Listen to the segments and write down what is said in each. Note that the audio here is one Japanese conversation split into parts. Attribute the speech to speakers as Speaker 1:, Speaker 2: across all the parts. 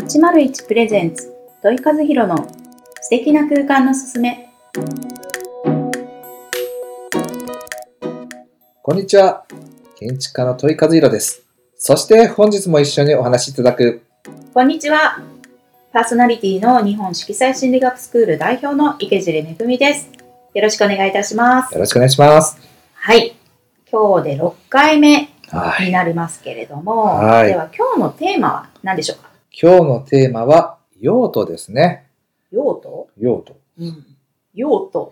Speaker 1: 801プレゼンツ土井和弘の素敵な空間のすすめ
Speaker 2: こんにちは。建築家の戸井和弘です。そして本日も一緒にお話しいただく、
Speaker 1: こんにちはパーソナリティの日本色彩心理学スクール代表の池尻めぐみですよろしくお願いいたします
Speaker 2: よろしくお願いします。
Speaker 1: はい今日で6回目
Speaker 2: は
Speaker 1: に
Speaker 2: い。
Speaker 1: なりますけれども、
Speaker 2: はい
Speaker 1: では今日のテーマは何でしょうか
Speaker 2: 今日のテーマは、用途ですね。
Speaker 1: 用途、
Speaker 2: 用途。
Speaker 1: うん、用途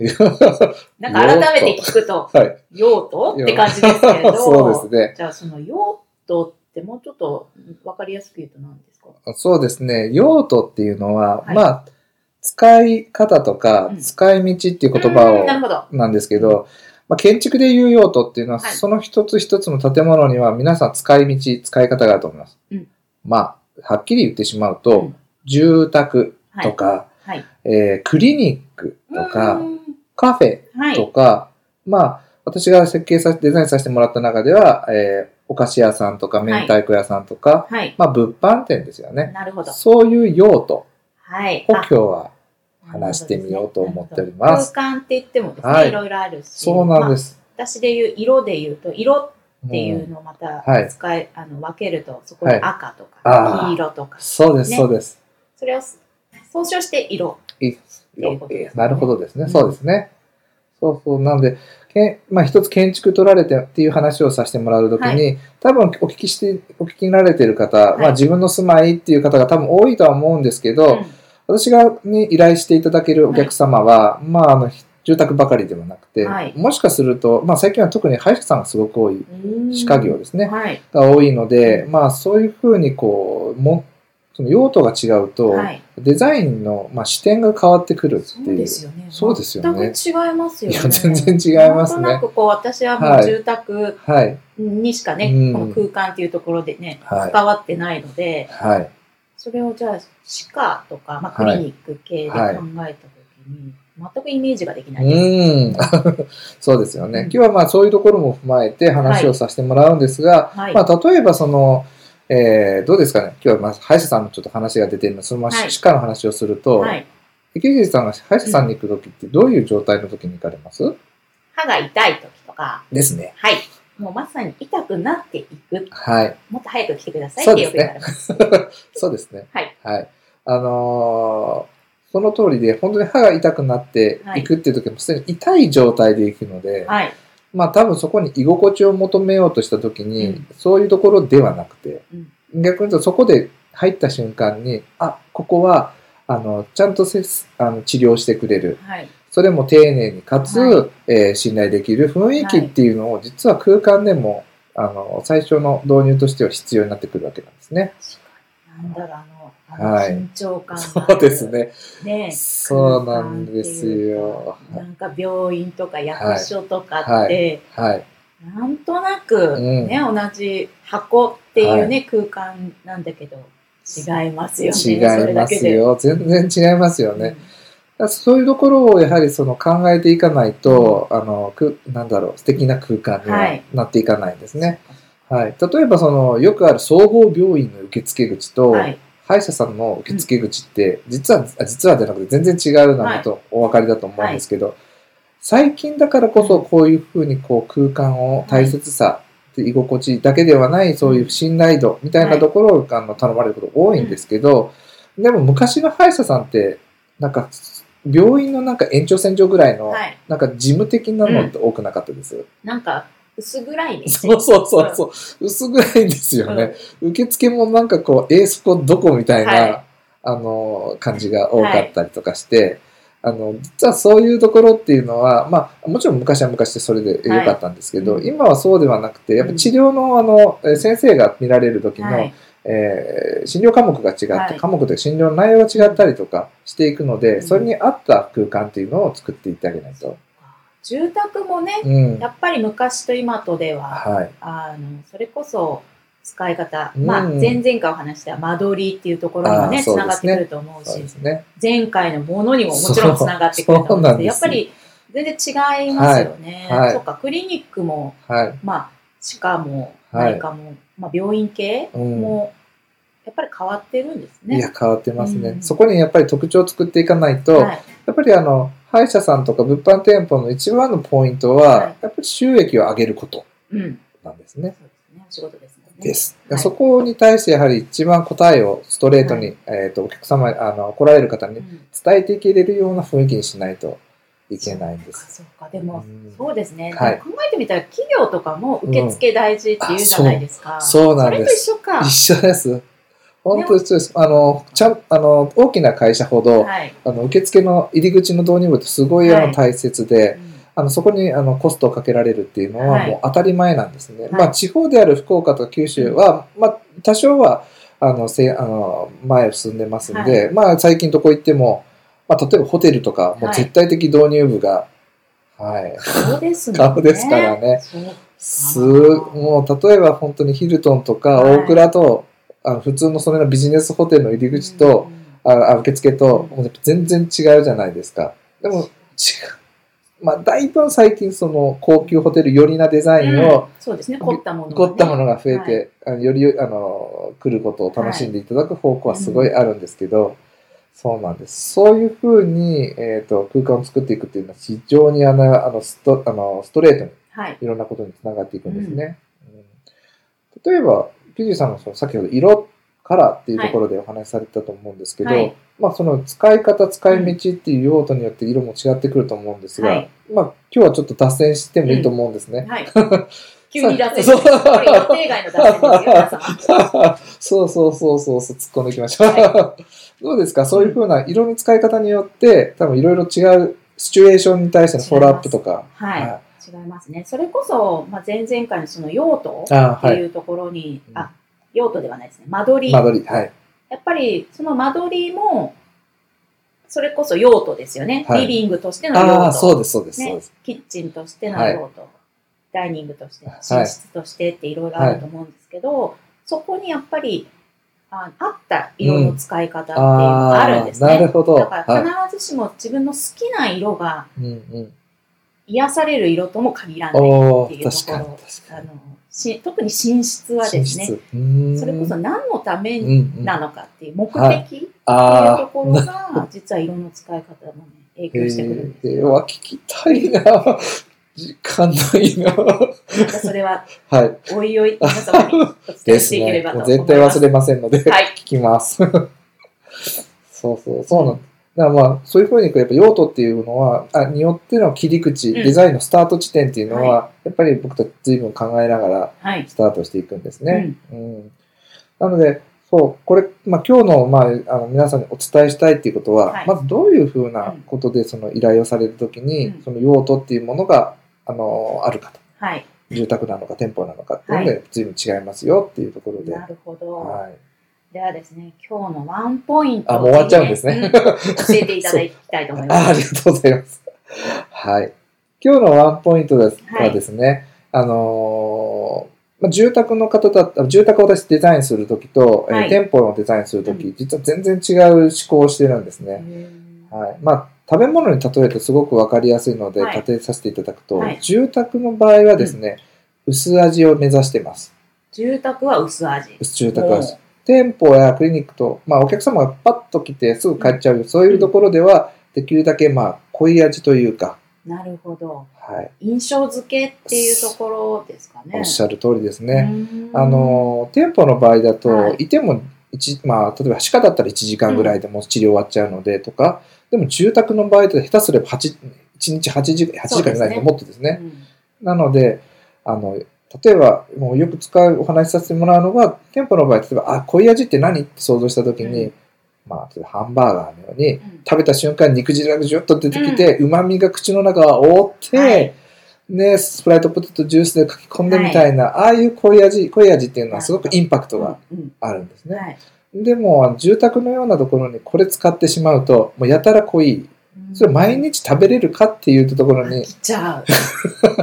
Speaker 1: なんか
Speaker 2: 用途
Speaker 1: 改めて聞くと
Speaker 2: はい。
Speaker 1: 用途って感じですけれど
Speaker 2: そうですね。
Speaker 1: じゃあその用途ってもうちょっと分かりやすく言うと何ですか
Speaker 2: そうですね。用途っていうのは、
Speaker 1: はい
Speaker 2: まあ、使い方とか、
Speaker 1: うん
Speaker 2: 使い道っていう言葉
Speaker 1: うんなるほ
Speaker 2: を、
Speaker 1: ど。
Speaker 2: なんですけど、まあ、建築でいう用途っていうのは、
Speaker 1: はい
Speaker 2: その一つ一つの建物には皆さん使い道、使い方があると思います。
Speaker 1: うん
Speaker 2: まあ、はっきり言ってしまうと、
Speaker 1: うん
Speaker 2: 住宅
Speaker 1: はい
Speaker 2: とか、
Speaker 1: はい。
Speaker 2: えークリニックと
Speaker 1: う
Speaker 2: か、
Speaker 1: ん
Speaker 2: カフェ
Speaker 1: はい。
Speaker 2: とか、まあ、私が設計させ、デザインさせてもらった中では、えーお菓子屋さんとか、明太子屋さんとか、
Speaker 1: はい。
Speaker 2: まあ、物販店ですよね。
Speaker 1: なるほど。
Speaker 2: そういう用途を
Speaker 1: はい。
Speaker 2: 今
Speaker 1: あ
Speaker 2: 日は、話してみようと思っております
Speaker 1: 空間って言ってもですね、、
Speaker 2: はいい
Speaker 1: ろいろあるし。。
Speaker 2: そうなんですす。
Speaker 1: 私で言う、色で言うと、色ってい
Speaker 2: うん
Speaker 1: うのをまた
Speaker 2: はい
Speaker 1: 使い、あの分けると、そこに赤とか
Speaker 2: は、いあー
Speaker 1: 黄色とか、
Speaker 2: そうです、
Speaker 1: ね
Speaker 2: そうです。
Speaker 1: それを総称して色。ていうことですね
Speaker 2: えなるほどですね、
Speaker 1: うん
Speaker 2: そうですね。そうそう、なので、けんまあ、一つ建築取られてっていう話をさせてもらうときに、
Speaker 1: は
Speaker 2: 多分お聞きして、お聞きになれてる方、
Speaker 1: い
Speaker 2: まあ、自分の住まいっていう方が多分多いとは思うんですけど、
Speaker 1: うん
Speaker 2: 私がに依頼していただけるお客様は、まあ、あの、住宅ばかりではなくて、
Speaker 1: はい
Speaker 2: もしかすると、まあ、最近は特に歯医者さんがすごく多い、
Speaker 1: うん
Speaker 2: 歯科業ですね。
Speaker 1: はい。
Speaker 2: が多いので、
Speaker 1: う
Speaker 2: まあそういうふうにこうもその用途が違うと、
Speaker 1: はい。
Speaker 2: デザインの、まあ、視点が変わってくるって
Speaker 1: そ
Speaker 2: いうう
Speaker 1: ですよね。
Speaker 2: そうですよね
Speaker 1: 全く違いますよね
Speaker 2: い。や全然違いますね
Speaker 1: なんとなくこう、私はも
Speaker 2: は
Speaker 1: う
Speaker 2: い
Speaker 1: 住宅
Speaker 2: はい
Speaker 1: にしかね、
Speaker 2: うん
Speaker 1: この空間っていうところでね、
Speaker 2: はい
Speaker 1: 伝わってないので、
Speaker 2: はい
Speaker 1: それをじゃあ、歯科とか、まあ、ク
Speaker 2: はい
Speaker 1: リニック系で考
Speaker 2: は
Speaker 1: え
Speaker 2: い
Speaker 1: たときに、全くイメージができ
Speaker 2: う
Speaker 1: ないです。
Speaker 2: ーん そうですよね、
Speaker 1: うん
Speaker 2: 今日はまあそういうところも踏まえて話をさせてもらうんですが、
Speaker 1: はい。
Speaker 2: まあ、例えばその、えーどうですかね今日はまあ歯医者さんのちょっと話が出てるのでそのまま
Speaker 1: はい
Speaker 2: 歯科の話をすると、
Speaker 1: はい、
Speaker 2: 池尻さんが歯医者さんに行く時ってどういう状態の時に行かれます
Speaker 1: 歯が痛い時とか、
Speaker 2: ですね
Speaker 1: はい。もうまさに痛くなっていく。
Speaker 2: はい
Speaker 1: もっと早く来てくださいってよく言われます。
Speaker 2: そうですね
Speaker 1: はい。
Speaker 2: はい。あのーその通りで、本当に歯が痛くなっていくっていう時も、すでに痛い状態でいくので、
Speaker 1: はい。
Speaker 2: まあ多分そこに居心地を求めようとした時に、
Speaker 1: うん
Speaker 2: そういうところではなくて、
Speaker 1: うん
Speaker 2: 逆に言うとそこで入った瞬間に、あ、ここは、あの、ちゃんとせあの治療してくれる。
Speaker 1: はい。
Speaker 2: それも丁寧にかつ、
Speaker 1: は
Speaker 2: えー信頼できる雰囲気っていうのを、実は空間でも、あの、最初の導入としては必要になってくるわけなんですね。
Speaker 1: 確かに。なんだろう、あの、あの
Speaker 2: はい
Speaker 1: 緊張感が
Speaker 2: そ
Speaker 1: ある
Speaker 2: うですね。
Speaker 1: ね
Speaker 2: そうなんですよ
Speaker 1: 空間っていうかなんか病院とか役所とかって、
Speaker 2: はい。
Speaker 1: なんとなくね、同じ箱っていうね、空間なんだけど、違いますよね。
Speaker 2: 違
Speaker 1: そ
Speaker 2: い
Speaker 1: れだ
Speaker 2: ま
Speaker 1: け
Speaker 2: す
Speaker 1: で。
Speaker 2: よ。全然違いますよね。だからそういうところをやはりその考えていかないと、あの、く、なんだろう、素敵な空間には
Speaker 1: はい
Speaker 2: なっていかないんです
Speaker 1: うん。
Speaker 2: ね。はい。例えばその、よくある総合病院の受付口と、
Speaker 1: はい。
Speaker 2: 歯医者さんの受付口って、実は、あ実はじゃなくて全然違うなとお分かりだと思うんですけど、最近だからこそこういうふうにこう空間を大切さ、居心地だけではないそういう信頼度みたいなところをあの頼まれること多いんですけど、でも昔の歯医者さんって、なんか病院のなんか延長線上ぐらいの、
Speaker 1: はい。
Speaker 2: なんか事務的なのって多くなかったです。
Speaker 1: なんか、薄暗いね。
Speaker 2: そうそうそうそう、薄暗いんですよね。受付もなんかこう、えー、そこどこみたいな、
Speaker 1: はい
Speaker 2: あの、感じが多かったりとかして、あの、実はそういうところっていうのは、まあ、もちろん昔は昔でそれで良かったんですけど、
Speaker 1: はいうん
Speaker 2: 今はそうではなくて、やっぱ治療の、あの、えー先生が見られる時の、
Speaker 1: はい。
Speaker 2: えー診療科目が違って、
Speaker 1: はい
Speaker 2: 科目で診療の内容が違ったりとかしていくので、
Speaker 1: うん
Speaker 2: それに合った空間っていうのを作っていってあげないと。
Speaker 1: 住宅もね、
Speaker 2: うん。
Speaker 1: やっぱり昔と今とでは、
Speaker 2: はい。
Speaker 1: あの、それこそ、使い方、
Speaker 2: うん
Speaker 1: まあ、前々回お話した間取りっていうところにも
Speaker 2: あ
Speaker 1: ね、
Speaker 2: ーそう
Speaker 1: つ
Speaker 2: ですね
Speaker 1: ながってくると思う
Speaker 2: そう
Speaker 1: し
Speaker 2: で、すね。
Speaker 1: 前回のものにももちろんつながってくると
Speaker 2: そうそ
Speaker 1: 思
Speaker 2: う
Speaker 1: う
Speaker 2: なんん
Speaker 1: で
Speaker 2: ですす
Speaker 1: やっぱり全然違いますよね。
Speaker 2: はいはい
Speaker 1: そうか、クリニックも、
Speaker 2: はい。
Speaker 1: まあ、歯科も、
Speaker 2: はい
Speaker 1: 内科も、まあ、病院系
Speaker 2: うん
Speaker 1: も、やっぱり変わってるんですね。
Speaker 2: いや、変わってますね。
Speaker 1: うん
Speaker 2: そこにやっぱり特徴を作っていかないと、
Speaker 1: はい、
Speaker 2: やっぱりあの、歯医者さんとか物販店舗の一番のポイントは、
Speaker 1: はい
Speaker 2: やっぱり収益を上げること
Speaker 1: うん、
Speaker 2: なんですね。
Speaker 1: そうですね。お仕事ですもんね。
Speaker 2: です。
Speaker 1: はい
Speaker 2: そこに対してやはり一番答えをストレートに、
Speaker 1: は
Speaker 2: えっ、と、お客様、あの、来られる方
Speaker 1: う
Speaker 2: に
Speaker 1: ん
Speaker 2: 伝えていけれるような雰囲気にしないといけないんで
Speaker 1: そ
Speaker 2: す。
Speaker 1: うか、そうかでも
Speaker 2: う、ん
Speaker 1: そうですね。
Speaker 2: はい
Speaker 1: でも考えてみたら、企業とかも受付大事って言うじゃないですか。
Speaker 2: そうなん
Speaker 1: れ
Speaker 2: で
Speaker 1: と
Speaker 2: す。
Speaker 1: 一緒か。
Speaker 2: 一緒です。本当に一緒です。あの、ちゃん、あの、大きな会社ほど、
Speaker 1: はい。
Speaker 2: あの、受付の入り口の導入部ってすごい
Speaker 1: は
Speaker 2: あの
Speaker 1: い
Speaker 2: 大切で、あのそこにあのコストをかけられるっていうのは
Speaker 1: はい
Speaker 2: もう当たり前なんですね。
Speaker 1: い
Speaker 2: まあ地方である福岡と九州は、まあ多少はあのせあの前を進んでますんで、まあ最近どこ行っても、まあ例えばホテルとか、もう
Speaker 1: はい
Speaker 2: 絶対的導入部が、はい、
Speaker 1: そうですもんね。
Speaker 2: 顔ですからね。
Speaker 1: そう
Speaker 2: す、もう例えば本当にヒルトンとか
Speaker 1: はい
Speaker 2: 大倉と、あの普通のそれのビジネスホテルの入り口と、、ああ受付と、もう全然違うじゃないですか。でも、違う。まあ、だいぶ最近、その、高級ホテル寄りなデザイン
Speaker 1: うん
Speaker 2: を、
Speaker 1: そうですね、凝ったものがね。
Speaker 2: 凝ったものが増え
Speaker 1: は
Speaker 2: て、あのより、あの、来ることを楽しんでいただく方向はすごいあるんですけど、そうなんです。そういうふうに、えっ、と、空間を作っていくっていうのは、非常にあの、あの、スト、あの、ストレートに、
Speaker 1: はい。
Speaker 2: いろんなことにつながっていくんですね。うん例えば、ピジーさんのその先ほど色からっていうところでお話しされたと思うんですけど、
Speaker 1: はい
Speaker 2: まあその使い方、使い道っていう用途によって色も違ってくると思うんですが、
Speaker 1: はい
Speaker 2: まあ今日はちょっと脱線してもいいと思うんですね。
Speaker 1: はい。急に脱線して、
Speaker 2: そう
Speaker 1: これ予定外の脱線ですよ、皆さん。
Speaker 2: そうそうそうそうそう、突っ込んでいきましょう。
Speaker 1: は
Speaker 2: どうですかそういうふうな色の使い方によって、多分いろいろ違うシチュエーションに対してのフォローアップとか。
Speaker 1: はい
Speaker 2: は
Speaker 1: 違いますね。それこそ、まあ、前々回のその用途
Speaker 2: い、あ
Speaker 1: って
Speaker 2: はいい。
Speaker 1: うところに、
Speaker 2: うん
Speaker 1: あ、用途ではないですね。間取り。
Speaker 2: 間取り。はい。
Speaker 1: やっぱり、その間取りも、それこそ用途ですよね。
Speaker 2: は
Speaker 1: リ
Speaker 2: い
Speaker 1: ビングとしての
Speaker 2: あ
Speaker 1: 用
Speaker 2: あ、そう
Speaker 1: 途。
Speaker 2: です、そうです、
Speaker 1: ね
Speaker 2: そうです。
Speaker 1: キッチンとしての
Speaker 2: はい
Speaker 1: 用途。ダイニングとして、
Speaker 2: はい
Speaker 1: 寝室としてっていろいろあると思うんですけど、そこにやっぱり、ああった色の使い方っていうのがあるんです
Speaker 2: あーなる
Speaker 1: ね。
Speaker 2: ほど。
Speaker 1: だか
Speaker 2: は
Speaker 1: ら必ずしも自分の好きな色が
Speaker 2: い、うんうん。
Speaker 1: 癒される色とも限らない。
Speaker 2: おお
Speaker 1: って
Speaker 2: ー
Speaker 1: いうとこ
Speaker 2: 確かに
Speaker 1: ろ
Speaker 2: 確
Speaker 1: あ
Speaker 2: かに。
Speaker 1: のし特に寝室はですね、
Speaker 2: ね
Speaker 1: それこそ何のため
Speaker 2: うんうん、
Speaker 1: なのかっていう目的
Speaker 2: は
Speaker 1: っ
Speaker 2: い
Speaker 1: ていうと
Speaker 2: あ
Speaker 1: ころが、実は色の使い方もね、影
Speaker 2: ー
Speaker 1: 響してくるんです。
Speaker 2: えーわ聞きたいな。時間ない な。
Speaker 1: またそれは、
Speaker 2: はい。
Speaker 1: おいおい、皆様にお伝え
Speaker 2: で
Speaker 1: し
Speaker 2: す
Speaker 1: ていけれ
Speaker 2: ね。
Speaker 1: ばと
Speaker 2: もう
Speaker 1: 思いま
Speaker 2: 絶
Speaker 1: す。
Speaker 2: 対忘れませんので、
Speaker 1: はい
Speaker 2: 聞きます。 そうそう、そうなんだからまあ、そういうふうに、やっぱ用途っていうのは、あによっての切り口、
Speaker 1: うん
Speaker 2: デザインのスタート地点っていうのは、やっぱり僕たち随分考えながら
Speaker 1: はい。
Speaker 2: スタートしていくんですね。うんなので、そう、これ、まあ、今日の、まあ、あの皆さんにお伝えしたいっていうことは、
Speaker 1: はい
Speaker 2: まずどういうふうなことで、その依頼をされるときに、
Speaker 1: うん
Speaker 2: その用途っていうものが、あの、あるかと。
Speaker 1: はい。
Speaker 2: 住宅なのか店舗なのかっていうので、随分違いますよっていうところで。
Speaker 1: なるほど。
Speaker 2: はい。
Speaker 1: ではですね、今日のワンポイント
Speaker 2: あもう終わっちゃうんですね
Speaker 1: ん教えていただきたいと思いま
Speaker 2: ああ
Speaker 1: す。
Speaker 2: りがとうございます。はい。今日のワンポイントです
Speaker 1: はい
Speaker 2: はですね、あのーまあ住宅の方だった、住宅を私デザインするときと、えー
Speaker 1: はい
Speaker 2: 店舗のデザインするとき、
Speaker 1: う
Speaker 2: 実は全然違う思考をしてるんですね。
Speaker 1: うん
Speaker 2: はい。まあ、食べ物に例えるとすごくわかりやすいので、
Speaker 1: はい
Speaker 2: 例えさせていただくと、
Speaker 1: はい
Speaker 2: 住宅の場合はですね、薄味を目指してます。
Speaker 1: 住宅は薄味。
Speaker 2: 住宅は
Speaker 1: おー
Speaker 2: 店舗やクリニックと、まあ、お客様がパッと来てすぐ帰っちゃう、そういうところでは、できるだけ、まあ、濃い味というか、
Speaker 1: なるほど。
Speaker 2: はい。
Speaker 1: 印象付けっていうところですかね。
Speaker 2: おっしゃる通りですね。
Speaker 1: うーん
Speaker 2: あ、の、店舗の場合だと、
Speaker 1: はい
Speaker 2: い、ても一、まあ、例えば歯科だったら1時間ぐらいでもう治療終わっちゃうのでとか、でも住宅の場合だと下手すれば8、1日8時間、8時間じゃない
Speaker 1: そうですね
Speaker 2: ともっとですね。
Speaker 1: うん
Speaker 2: なので、あの、例えば、もうよく使うお話しさせてもらうのが、店舗の場合、例えば、あ、濃い味って何って想像したときに、
Speaker 1: うん
Speaker 2: まあ、例えばハンバーガーのように、
Speaker 1: うん
Speaker 2: 食べた瞬間肉汁がジュッと出てきて、旨味が口の中を覆って、
Speaker 1: はい
Speaker 2: ね、スプライトポテトジュースで書き込んでみたいな、ああいう濃い味、濃い味っていうのはすごくインパクトが
Speaker 1: うん
Speaker 2: あるんです
Speaker 1: うん
Speaker 2: ね。
Speaker 1: はい
Speaker 2: でも、住宅のようなところにこれ使ってしまうと、もうやたら濃い。それ毎日食べれるかっていうところ
Speaker 1: 飽
Speaker 2: に
Speaker 1: き、ちゃう。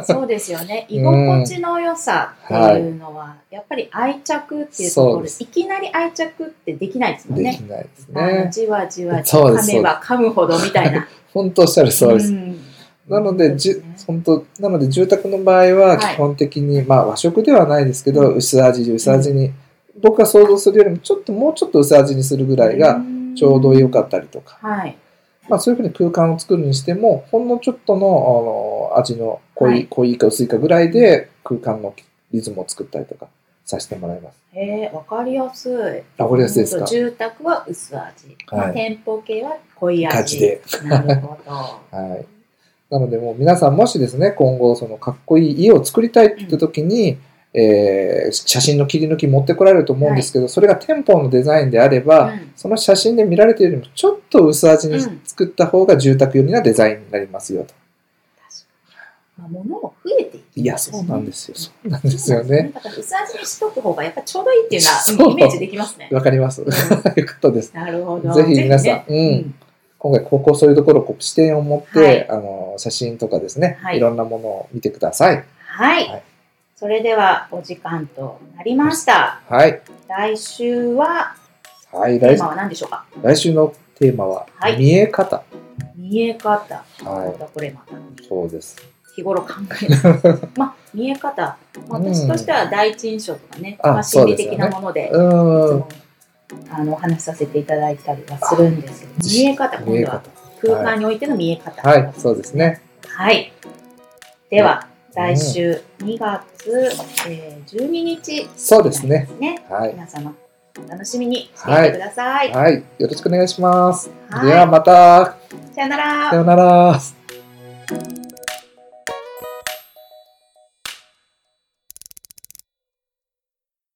Speaker 1: そうですよね。居心地の良さっていうのは、やっぱり愛着っていうとこ
Speaker 2: そう
Speaker 1: ろ、
Speaker 2: で
Speaker 1: い
Speaker 2: す
Speaker 1: きなり愛着ってできないですもん
Speaker 2: でき
Speaker 1: ね。
Speaker 2: ないです
Speaker 1: あ
Speaker 2: ね
Speaker 1: の。じわじわ
Speaker 2: そうで
Speaker 1: 噛
Speaker 2: す
Speaker 1: めば噛むほどみたいな。
Speaker 2: 本当おっしゃるそうです。
Speaker 1: ん
Speaker 2: なので、じ
Speaker 1: そうですね
Speaker 2: 本当なので住宅の場合は基本的に、まあ和食ではないですけど、
Speaker 1: うん
Speaker 2: 薄味薄味に、僕が想像するよりもちょっともうちょっと薄味にするぐらいがちょうど良かったりとか、
Speaker 1: はい。
Speaker 2: まあ、そういうふうに空間を作るにしてもほんのちょっとのあの味の濃い,、
Speaker 1: はい
Speaker 2: 濃いか薄いかぐらいで空間のリズムを作ったりとかさせてもらいます。
Speaker 1: えー、わかりやすい。
Speaker 2: あこれ安いですか
Speaker 1: 住宅は薄味。
Speaker 2: はい
Speaker 1: 店舗系は濃い味。
Speaker 2: 感じで。
Speaker 1: なるほど。
Speaker 2: はい。なので、もう皆さんもしですね、今後、そのかっこいい家を作りたいって時に、えー写真の切り抜き持ってこられると思うんですけど、それが店舗のデザインであれば、
Speaker 1: うん
Speaker 2: その写真で見られているよりもちょっと薄味
Speaker 1: う
Speaker 2: に
Speaker 1: ん
Speaker 2: 作った方が住宅寄りなデザインになりますよと。
Speaker 1: まあ、物も増えていきます
Speaker 2: いや、そうなんですよ。そうなんですよね。。
Speaker 1: だから薄味にしとく方がやっぱちょうどいいっていうのはイメージできますね。
Speaker 2: わかります。よ かったです。
Speaker 1: なるほど。
Speaker 2: ぜひ皆さん、
Speaker 1: ひ
Speaker 2: うん。今回、ここそういうところをこう視点を持って、
Speaker 1: はい
Speaker 2: あの、写真とかですね、
Speaker 1: はい
Speaker 2: い、ろんなものを見てください。
Speaker 1: はい、
Speaker 2: はい
Speaker 1: それではお時間となりました。
Speaker 2: はい。
Speaker 1: 来週は
Speaker 2: はい、
Speaker 1: テ
Speaker 2: 来
Speaker 1: ーマは何でしょうか。
Speaker 2: 来週のテーマは
Speaker 1: はい
Speaker 2: 見え方、
Speaker 1: 見え方。
Speaker 2: はい
Speaker 1: またこれまた
Speaker 2: そうです
Speaker 1: 日頃考える。まあ見え方。まあ
Speaker 2: うん
Speaker 1: 私としては第一印象とかね、
Speaker 2: あ
Speaker 1: まあ、
Speaker 2: そ
Speaker 1: 心
Speaker 2: う
Speaker 1: 理
Speaker 2: ですよ
Speaker 1: 的
Speaker 2: ね
Speaker 1: なもので
Speaker 2: う
Speaker 1: いつ
Speaker 2: ーん
Speaker 1: もあのお話しさせていただいたりはするんですけど、見え方
Speaker 2: 見
Speaker 1: 今
Speaker 2: え
Speaker 1: 度は
Speaker 2: 方
Speaker 1: 空間においての見え方。
Speaker 2: はいそうですね
Speaker 1: はい。では、
Speaker 2: うん
Speaker 1: 来週2月、えー12日
Speaker 2: そうですね
Speaker 1: ね。
Speaker 2: はい
Speaker 1: 皆様、お楽しみにしていてください。
Speaker 2: はいよろしくお願いします、
Speaker 1: はい
Speaker 2: ではまた
Speaker 1: さよなら
Speaker 2: さ。ようなら